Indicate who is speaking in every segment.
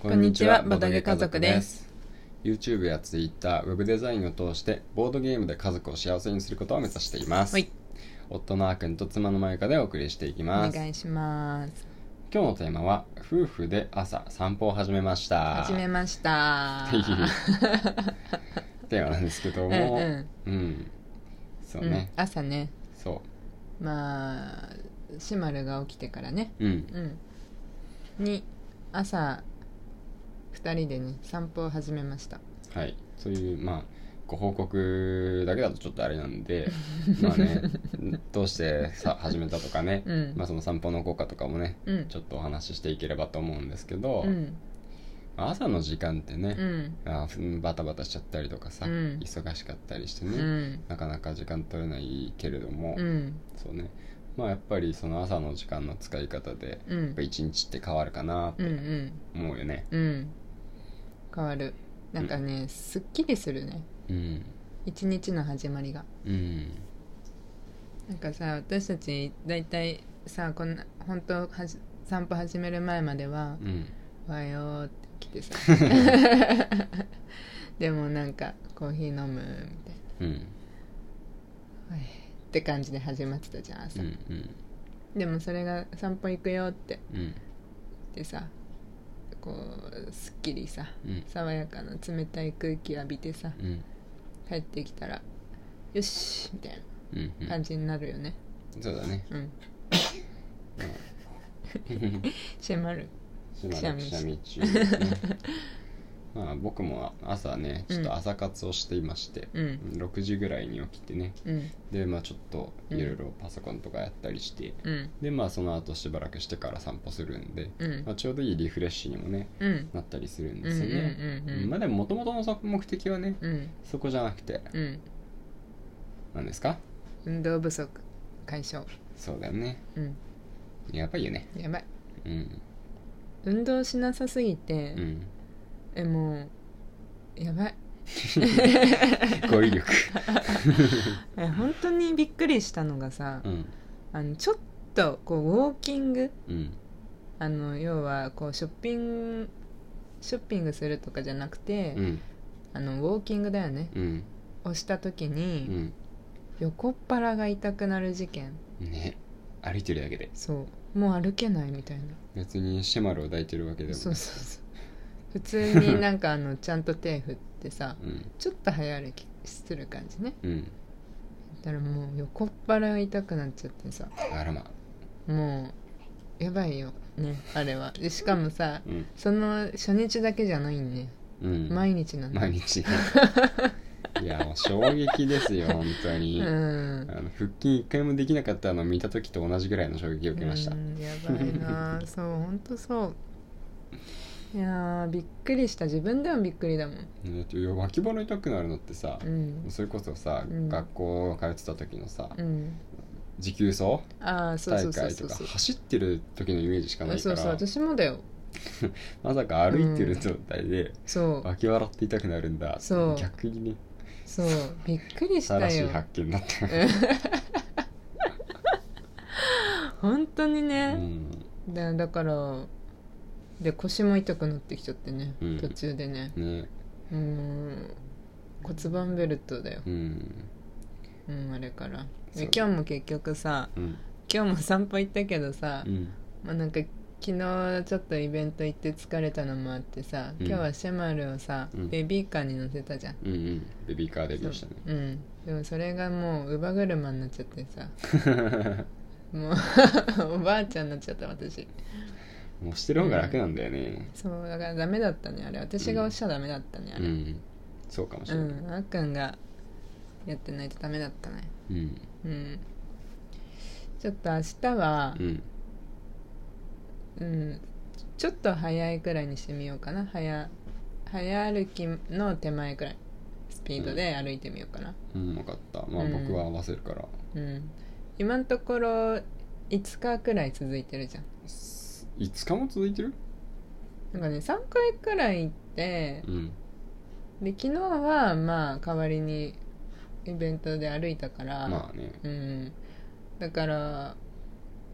Speaker 1: こんにちは、ボドゲ家族です。
Speaker 2: YouTube や Twitter、Web デザインを通して、ボードゲームで家族を幸せにすることを目指しています。
Speaker 1: はい、
Speaker 2: 夫のあーくんと妻のまゆかでお送りしていき
Speaker 1: お
Speaker 2: ます。
Speaker 1: 願いします。
Speaker 2: 今日のテーマは、夫婦で朝散歩を始めました。
Speaker 1: 始め ました。
Speaker 2: テーマなんですけど
Speaker 1: う
Speaker 2: も、
Speaker 1: んうん
Speaker 2: うんそう
Speaker 1: うん
Speaker 2: ね、
Speaker 1: 朝ね、
Speaker 2: そ
Speaker 1: まあ、シマルが起きてからね、
Speaker 2: う。うん。
Speaker 1: うん。に、朝、二人でね、散歩を始めました。
Speaker 2: はい。そういう、まあ、ご報告だけだとちょっとあれなん で、まあね、どうしてさ始めたとかね、
Speaker 1: うん
Speaker 2: まあその散歩の効果とかもね、
Speaker 1: うん。
Speaker 2: ちょっとお話ししていければと思うんですけど、
Speaker 1: うん。
Speaker 2: まあ朝の時間って
Speaker 1: う
Speaker 2: ね、
Speaker 1: ん。
Speaker 2: あーうんバタバタしちゃったりとかさ、
Speaker 1: うん
Speaker 2: 忙しかったりして
Speaker 1: う
Speaker 2: ね、
Speaker 1: ん。
Speaker 2: なかなか時間取れないけれども、
Speaker 1: うん。
Speaker 2: そうねまあやっぱりその朝の時間の使い方で
Speaker 1: うん。う
Speaker 2: やっ
Speaker 1: ん
Speaker 2: ぱ。一日って変わるかなっ
Speaker 1: う
Speaker 2: て
Speaker 1: ん。
Speaker 2: 思うよね
Speaker 1: うん。変わる。なんかね、すっきりするね。
Speaker 2: うん
Speaker 1: 一日の始まりが。
Speaker 2: うん
Speaker 1: なんかさ私たち大体さこんな本当はじ散歩始める前までは
Speaker 2: うん
Speaker 1: 「おはよう」って来て さでもなんかコーヒー飲むみたいな
Speaker 2: うん
Speaker 1: 「おいって感じで始まってたじゃ
Speaker 2: う
Speaker 1: ん朝、
Speaker 2: んうん
Speaker 1: でもそれが「散歩行くよ」って
Speaker 2: うん
Speaker 1: でさこうすっきりさ
Speaker 2: うん
Speaker 1: 爽やかな冷たい空気浴びてさ
Speaker 2: うん
Speaker 1: 帰ってきたら「よし」みたい
Speaker 2: うんう
Speaker 1: なん感じになるよね
Speaker 2: そうだ ね
Speaker 1: うん閉まる
Speaker 2: しば
Speaker 1: くしゃ
Speaker 2: らく
Speaker 1: みし
Speaker 2: しゃみ中、ね、まあ僕も朝ねちょっと朝活をしていまして、
Speaker 1: うん
Speaker 2: 6時ぐらいに起きてね
Speaker 1: うん
Speaker 2: でまあちょっと
Speaker 1: う
Speaker 2: い
Speaker 1: ん
Speaker 2: ろいろパソコンとかやったりして、
Speaker 1: うん
Speaker 2: でまあその後しばらくしてから散歩するんで、
Speaker 1: うん
Speaker 2: まあ、ちょうどいいリフレッシュにもね
Speaker 1: うん
Speaker 2: なったりするん
Speaker 1: う
Speaker 2: で
Speaker 1: ん
Speaker 2: す
Speaker 1: う
Speaker 2: よね、
Speaker 1: んうん
Speaker 2: まあでももともとのそ目的はね
Speaker 1: うん
Speaker 2: そこじゃなくて
Speaker 1: うん
Speaker 2: 何ですか
Speaker 1: 運動不足解消
Speaker 2: そうだよね
Speaker 1: うん
Speaker 2: やばいよね
Speaker 1: やばい
Speaker 2: うん
Speaker 1: 運動しなさすぎて、
Speaker 2: うん
Speaker 1: えもうやばい
Speaker 2: 語彙力
Speaker 1: え本当にびっくりしたのがさ、
Speaker 2: うん
Speaker 1: あのちょっとこうウォーキング
Speaker 2: うん
Speaker 1: あの要はこうショッピングショッピングするとかじゃなくて、
Speaker 2: うん
Speaker 1: あのウォーキングだよね
Speaker 2: うん
Speaker 1: をした時
Speaker 2: う
Speaker 1: に、
Speaker 2: ん
Speaker 1: 横っ腹が痛くなる事件
Speaker 2: ね歩いてるだけで
Speaker 1: そうもう歩けないみたいな
Speaker 2: 別にシェマルを抱いてるわけでも
Speaker 1: そうそうそう普通になんかあのちゃんと手振ってさ
Speaker 2: うん
Speaker 1: ちょっと早歩きする感じね
Speaker 2: うん
Speaker 1: だからもう横っ腹が痛くなっちゃってさ
Speaker 2: あらま
Speaker 1: もうやばいよねあれはでしかもさ
Speaker 2: うん
Speaker 1: その初日だけじゃないんね
Speaker 2: うん
Speaker 1: 毎日なの
Speaker 2: 毎日いやもう衝撃ですよ本当に、
Speaker 1: うん
Speaker 2: あの腹筋一回もできなかったのを見た時と同じぐらいの衝撃を受けました、
Speaker 1: うんやばい なそう本当そういやーびっくりした自分でもびっくりだもん
Speaker 2: だっていや脇腹痛くなるのってさ、
Speaker 1: うん
Speaker 2: それこそさ、
Speaker 1: うん
Speaker 2: 学校通ってた時のさ、
Speaker 1: うん
Speaker 2: 持久走
Speaker 1: ああそう
Speaker 2: 大
Speaker 1: そうそう
Speaker 2: 会
Speaker 1: そ
Speaker 2: と
Speaker 1: う
Speaker 2: か
Speaker 1: そう
Speaker 2: 走ってる時のイメージしかないか
Speaker 1: そう
Speaker 2: ら
Speaker 1: そう私もだよ
Speaker 2: まさか歩いてる状態で
Speaker 1: そう
Speaker 2: 脇腹って痛くなるんだ、
Speaker 1: そう
Speaker 2: 逆にね
Speaker 1: そうびっくりした
Speaker 2: 新しい
Speaker 1: よ
Speaker 2: 発見だった、
Speaker 1: 本当に
Speaker 2: う
Speaker 1: ね、
Speaker 2: ん、
Speaker 1: だだからで腰も痛くなってきちゃってね、
Speaker 2: うん
Speaker 1: 途中でね
Speaker 2: ね
Speaker 1: うん骨盤ベルトだよ、
Speaker 2: うん
Speaker 1: うん、あれから
Speaker 2: そう
Speaker 1: で今日も結局さ
Speaker 2: うん
Speaker 1: 今日も散歩行ったけどさ、
Speaker 2: うん
Speaker 1: まあ、なんか昨日ちょっとイベント行って疲れたのもあってさ、
Speaker 2: うん
Speaker 1: 今日はシェマルをさ、
Speaker 2: うん
Speaker 1: ベビーカーに乗せたじゃん
Speaker 2: うんうんベビーカーデビューしたね
Speaker 1: うんでもそれがもう乳母車になっちゃってさもう おばあちゃんになっちゃった私
Speaker 2: もうしてる方が楽なんだよね
Speaker 1: そうだからダメだったねあれ私が押しちゃダメだったねあ
Speaker 2: うん、
Speaker 1: れうん、
Speaker 2: そうかもしれない、
Speaker 1: あっくんがやってないとダメだったね
Speaker 2: うん
Speaker 1: うんちょっと明日は
Speaker 2: う、ん
Speaker 1: うんちょっと早いくらいにしてみようかな早早歩きの手前くらいスピードで歩いてみようかな
Speaker 2: うん分かったまあ
Speaker 1: うん
Speaker 2: 僕は合わせるから、
Speaker 1: うん、今のところ5日くらい続いてるじゃん
Speaker 2: す5日も続いてる
Speaker 1: なんかね3回くらい行って
Speaker 2: うん
Speaker 1: で昨日はまあ代わりにイベントで歩いたから、
Speaker 2: まあね
Speaker 1: うんだから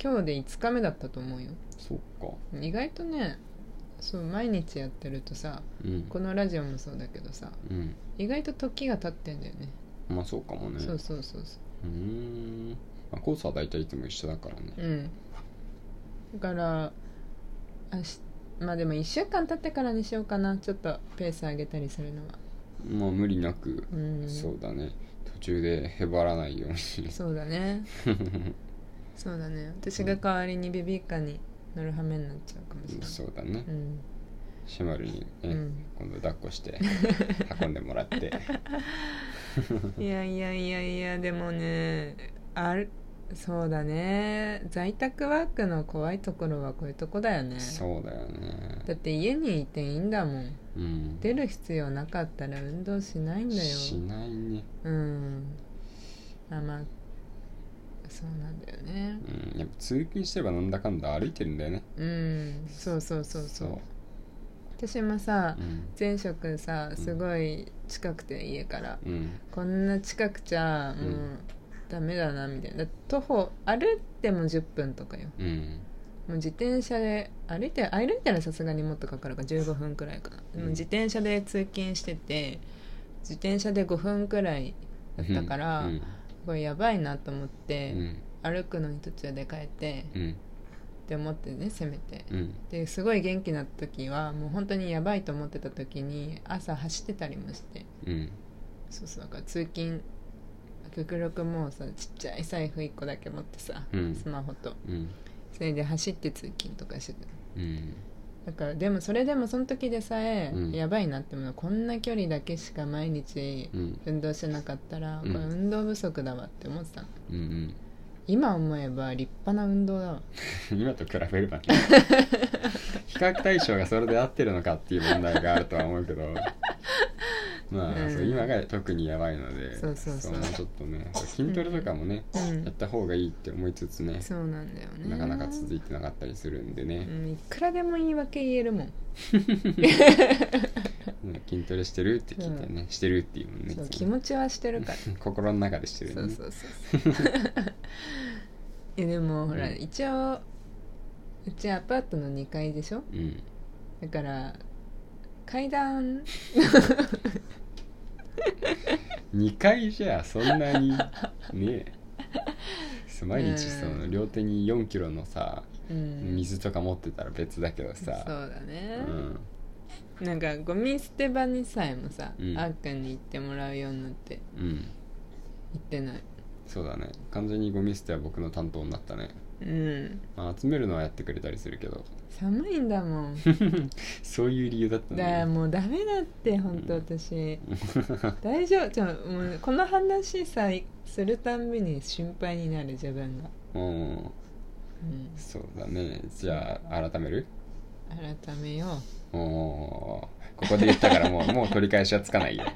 Speaker 1: 今日で5日目だったと思うよ
Speaker 2: そっか
Speaker 1: 意外とねそう毎日やってるとさ
Speaker 2: うん
Speaker 1: このラジオもそうだけどさ
Speaker 2: うん
Speaker 1: 意外と時が経ってんだよね
Speaker 2: まあそうかもね
Speaker 1: そうそうそうそ
Speaker 2: ー
Speaker 1: う
Speaker 2: ん、まあ、コースは大体いつも一緒だからね
Speaker 1: ううんだからあしまあでも1週間経ってからにしようかなちょっとペース上げたりするのは
Speaker 2: まあ無理なく、
Speaker 1: うん
Speaker 2: そうだね途中でへばらないように
Speaker 1: そうだねそうだね私が代わりにビビッカに乗る羽目になっちゃうかもしれない
Speaker 2: そうだね、
Speaker 1: うん
Speaker 2: シェマルにね、
Speaker 1: うん
Speaker 2: 今度抱っこして 運んでもらって
Speaker 1: いやいやいやいやでもねあるそうだね在宅ワークの怖いところはこういうとこだよね
Speaker 2: そうだよね
Speaker 1: だって家にいていいんだもん
Speaker 2: うん
Speaker 1: 出る必要なかったら運動しないんだよ
Speaker 2: しないね、
Speaker 1: うんまあまあそうなんだよね
Speaker 2: うん、やっぱ通勤してればなんだかんだ歩いてるんだよね
Speaker 1: うんそうそうそうそう私もさ
Speaker 2: うん
Speaker 1: 前職さすごい近くて家から
Speaker 2: うん
Speaker 1: こんな近くちゃもうダメだなみたいなだって徒歩歩いても10分とかよ
Speaker 2: うん
Speaker 1: もう自転車で歩いて歩いたらさすがにもっとかかるから15分くらいかなでも
Speaker 2: うん
Speaker 1: 自転車で通勤してて自転車で5分くらいだったから、
Speaker 2: うん
Speaker 1: これやばいなと思っ
Speaker 2: う
Speaker 1: て、
Speaker 2: ん
Speaker 1: 歩くのに途中で帰って、っ
Speaker 2: うん
Speaker 1: て思ってねせめて
Speaker 2: うん
Speaker 1: ですごい元気な時はもう本当にやばいと思ってた時に朝走ってたりもして
Speaker 2: うん
Speaker 1: そうそうだから通勤極力もうさちっちゃい財布1個だけ持ってさ、
Speaker 2: うん
Speaker 1: スマホと
Speaker 2: うん
Speaker 1: それで走って通勤とかしてた
Speaker 2: うん
Speaker 1: だからでもそれでもその時でさえ、
Speaker 2: うん
Speaker 1: やばいなってものこんな距離だけしか毎日
Speaker 2: うん
Speaker 1: 運動してなかったら、
Speaker 2: うん
Speaker 1: これ運動不足だわって思ってたの
Speaker 2: うん
Speaker 1: 今思えば立派な運動だわ
Speaker 2: 今と比べればね比較対象がそれで合ってるのかっていう問題があるとは思うけどまあ、
Speaker 1: うん
Speaker 2: そう今が特にやばいので
Speaker 1: そうそうそう
Speaker 2: もちょっとねそう筋トレとかもね、
Speaker 1: う
Speaker 2: やっ
Speaker 1: ん
Speaker 2: た方がいいって思いつつね
Speaker 1: そうなんだよね
Speaker 2: なかなか続いてなかったりするんで
Speaker 1: う
Speaker 2: ね、
Speaker 1: ん、いくらでも言い訳言えるも
Speaker 2: う
Speaker 1: ん
Speaker 2: ん筋トレしてるって聞いてね、してるっていうもんね
Speaker 1: そう
Speaker 2: いつ
Speaker 1: 気
Speaker 2: もね
Speaker 1: 持ちはしてるから
Speaker 2: 心の中でしてる
Speaker 1: そ
Speaker 2: よ
Speaker 1: う
Speaker 2: ね
Speaker 1: そうそうそう いやでもほら、
Speaker 2: うん
Speaker 1: 一応うちアパートの2階でしょ
Speaker 2: うん
Speaker 1: だから階段
Speaker 2: 2回じゃそんなにねそう毎日その両手に4キロのさ
Speaker 1: うん
Speaker 2: 水とか持ってたら別だけど
Speaker 1: そう
Speaker 2: さ
Speaker 1: だ
Speaker 2: う
Speaker 1: ね、
Speaker 2: ん
Speaker 1: なんかゴミ捨て場にさえもさ、
Speaker 2: うん
Speaker 1: あっくんに行ってもらうようになって
Speaker 2: うん
Speaker 1: 行ってない
Speaker 2: そうだね完全にゴミ捨ては僕の担当になったね、
Speaker 1: うん
Speaker 2: まあ、集めるのはやってくれたりするけど
Speaker 1: 寒いんだもん
Speaker 2: そういう理由だった
Speaker 1: だから
Speaker 2: ね
Speaker 1: もうダメだって本当私、大丈夫ちょもうこの話さするたんびに心配になる自分が、
Speaker 2: うん
Speaker 1: うん、
Speaker 2: そうだねじゃあ改める
Speaker 1: 改めよ
Speaker 2: おーここで言ったからも うもう取り返しはつかないよ
Speaker 1: う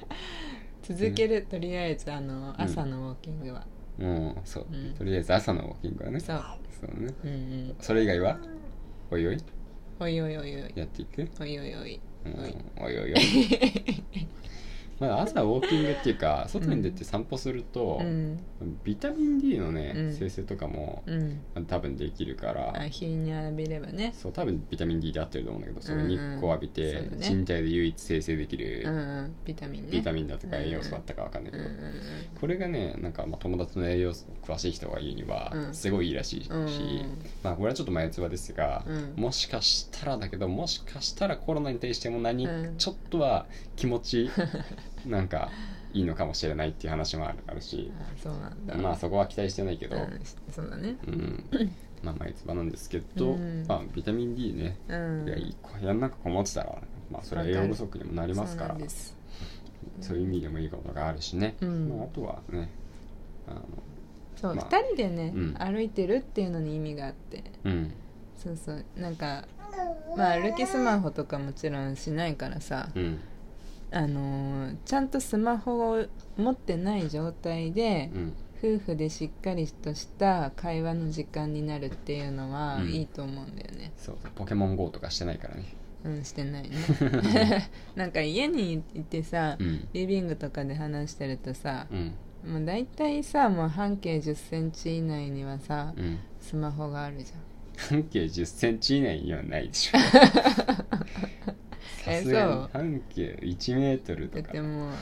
Speaker 1: 続ける、とりあえずあの朝のウォーキングは、
Speaker 2: もうそう、
Speaker 1: うん
Speaker 2: とりあえず朝のウォーキングはね
Speaker 1: そう
Speaker 2: そうね
Speaker 1: うんうん
Speaker 2: それ以外はおいおい
Speaker 1: おいおいおいおい
Speaker 2: やっていく、
Speaker 1: おいおいおい
Speaker 2: うん
Speaker 1: はい
Speaker 2: おいお いおいまだ朝ウォーキングっていうか外に出て散歩すると
Speaker 1: う、ん
Speaker 2: ビタミン D のね、
Speaker 1: うん
Speaker 2: 生成とかも
Speaker 1: うん
Speaker 2: まあ多分できるから、
Speaker 1: あ日に浴びればね
Speaker 2: そう多分ビタミン D で合ってると思うんだけどその日光浴びて、
Speaker 1: うんうんそうだね
Speaker 2: 人体で唯一生成でき
Speaker 1: うん
Speaker 2: る
Speaker 1: うんビタミンね
Speaker 2: ビタミンだとか栄養素だったかわかんないけ
Speaker 1: うん
Speaker 2: ど、
Speaker 1: うんうん
Speaker 2: これがねなんかまあ友達の栄養素詳しい人が言うには
Speaker 1: うん
Speaker 2: すごいいいらしいし、
Speaker 1: うん
Speaker 2: まあこれはちょっと前つばですが、
Speaker 1: うん
Speaker 2: もしかしたらだけどもしかしたらコロナに対しても何、
Speaker 1: うん
Speaker 2: ちょっとは気持ち なんかいいのかもしれないっていう話もあるあるし
Speaker 1: あそうなんだ
Speaker 2: まあそこは期待してないけど、
Speaker 1: うんしそうだね
Speaker 2: うんまあ前つばなんですけど、
Speaker 1: うん
Speaker 2: まあビタミン D ね、
Speaker 1: うん
Speaker 2: いやいい部屋の中こもってたら、まあ、それは栄養不足にもなりますから
Speaker 1: そうなんです
Speaker 2: そういう意味でもいいことがあるしね、
Speaker 1: うん
Speaker 2: まあ、あとはねあの
Speaker 1: そう、
Speaker 2: まあ
Speaker 1: 2人でね、
Speaker 2: うん
Speaker 1: 歩いてるっていうのに意味があって
Speaker 2: うん
Speaker 1: そうそうなんかまあ歩きスマホとかもちろんしないからさ、
Speaker 2: うん
Speaker 1: あのーちゃんとスマホを持ってない状態で
Speaker 2: う、ん
Speaker 1: 夫婦でしっかりとした会話の時間になるっていうのは
Speaker 2: うん
Speaker 1: いいと思うんだよね、
Speaker 2: そうポケモン GO とかしてないからね
Speaker 1: うんしてな いね なんか家にいてさ、
Speaker 2: うん
Speaker 1: リビングとかで話してるとさ、
Speaker 2: うん
Speaker 1: もう大体さもう半径1 0ンチ以内にはさ、
Speaker 2: うん
Speaker 1: スマホがあるじゃん
Speaker 2: 半径1 0ンチ以内にはないでしょさす
Speaker 1: えそ
Speaker 2: が
Speaker 1: う
Speaker 2: に半径1メートル
Speaker 1: だ
Speaker 2: と
Speaker 1: っ
Speaker 2: か
Speaker 1: てもう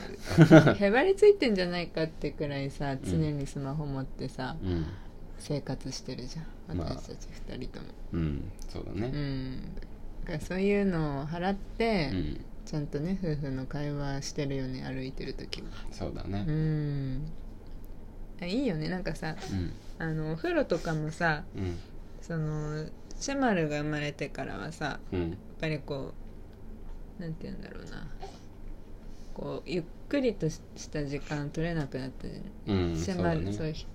Speaker 1: へばりついてんじゃないかってくらいさ常にスマホ持ってさ、
Speaker 2: うん
Speaker 1: 生活してるじゃん
Speaker 2: まあ
Speaker 1: 私たち2人とも、
Speaker 2: うんそうだ
Speaker 1: う
Speaker 2: ね
Speaker 1: んだからそういうのを払っ
Speaker 2: う
Speaker 1: て、
Speaker 2: ん
Speaker 1: ちゃんとね夫婦の会話してるよね歩いてる時は
Speaker 2: そうだ
Speaker 1: う
Speaker 2: ね
Speaker 1: んあいいよねなんかさ
Speaker 2: うん
Speaker 1: あのお風呂とかもさ
Speaker 2: うん
Speaker 1: そのシェマルが生まれてからはさ
Speaker 2: うん
Speaker 1: やっぱりこうなんて言うんだろうなこうゆっくりとした時間取れなくなったじゃん
Speaker 2: うん
Speaker 1: シ
Speaker 2: そう
Speaker 1: ェ
Speaker 2: だ
Speaker 1: マル
Speaker 2: ね
Speaker 1: そうひ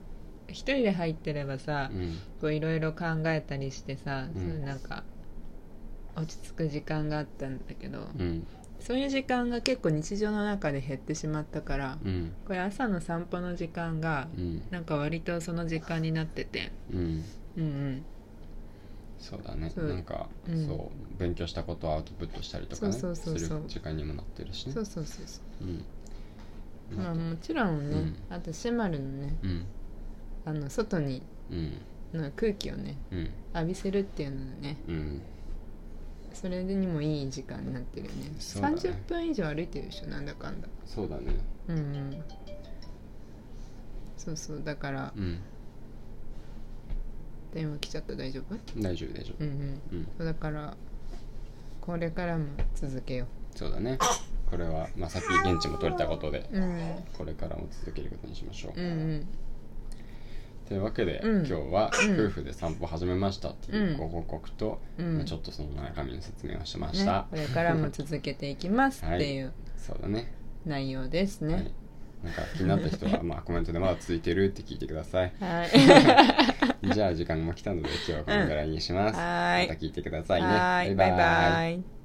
Speaker 1: 一人で入ってればさ
Speaker 2: うん
Speaker 1: こういろいろ考えたりしてさ、
Speaker 2: うん
Speaker 1: そうなんか落ち着く時間があったんだけど、
Speaker 2: うん
Speaker 1: そういう時間が結構日常の中で減ってしまったから、
Speaker 2: うん
Speaker 1: これ朝の散歩の時間が
Speaker 2: うん
Speaker 1: なんか割とその時間になってて
Speaker 2: うん
Speaker 1: うん
Speaker 2: そうだね
Speaker 1: そう
Speaker 2: なんか
Speaker 1: うん
Speaker 2: そう勉強したことをアウトプットしたりとかねす
Speaker 1: そうそうそう
Speaker 2: る
Speaker 1: そう
Speaker 2: 時間にもなってるし
Speaker 1: うん
Speaker 2: ね
Speaker 1: そうそうそうそう
Speaker 2: うん
Speaker 1: まあもちろんね、
Speaker 2: うん
Speaker 1: あとシェマルのね
Speaker 2: うん
Speaker 1: あの外に
Speaker 2: うん
Speaker 1: の空気をね
Speaker 2: うん
Speaker 1: 浴びせるっていうのはね
Speaker 2: うん
Speaker 1: それにもいい時間になってるよね
Speaker 2: そうだね
Speaker 1: 30分以上歩いてるでしょなんだかんだ
Speaker 2: そうだね
Speaker 1: うんうんそうそうだから
Speaker 2: うん
Speaker 1: 電話来ちゃった大丈夫
Speaker 2: 大丈夫大丈
Speaker 1: うんうん
Speaker 2: 夫うん
Speaker 1: そうだからこれからも続けよ
Speaker 2: そうだねこれはまあさっき現地も取れたことで
Speaker 1: ううん
Speaker 2: これからも続けることにしましょう
Speaker 1: うんうん
Speaker 2: というわけで
Speaker 1: う
Speaker 2: 今
Speaker 1: ん
Speaker 2: 日は
Speaker 1: うん
Speaker 2: 夫婦で散歩始めましたっていううんご報告と
Speaker 1: うん
Speaker 2: まあちょっとその中身の説明をしまし
Speaker 1: ね
Speaker 2: た、
Speaker 1: これからも続けていきますっていう
Speaker 2: そうだね
Speaker 1: 内容です
Speaker 2: は
Speaker 1: ね
Speaker 2: いなんか気になった人 はまあコメントでまだ続いてるって聞いてください
Speaker 1: はい
Speaker 2: じゃあ時間も来たので今日はこのぐらいにします
Speaker 1: うんはい
Speaker 2: また聞いてくださいね
Speaker 1: はい
Speaker 2: バイバイ
Speaker 1: イ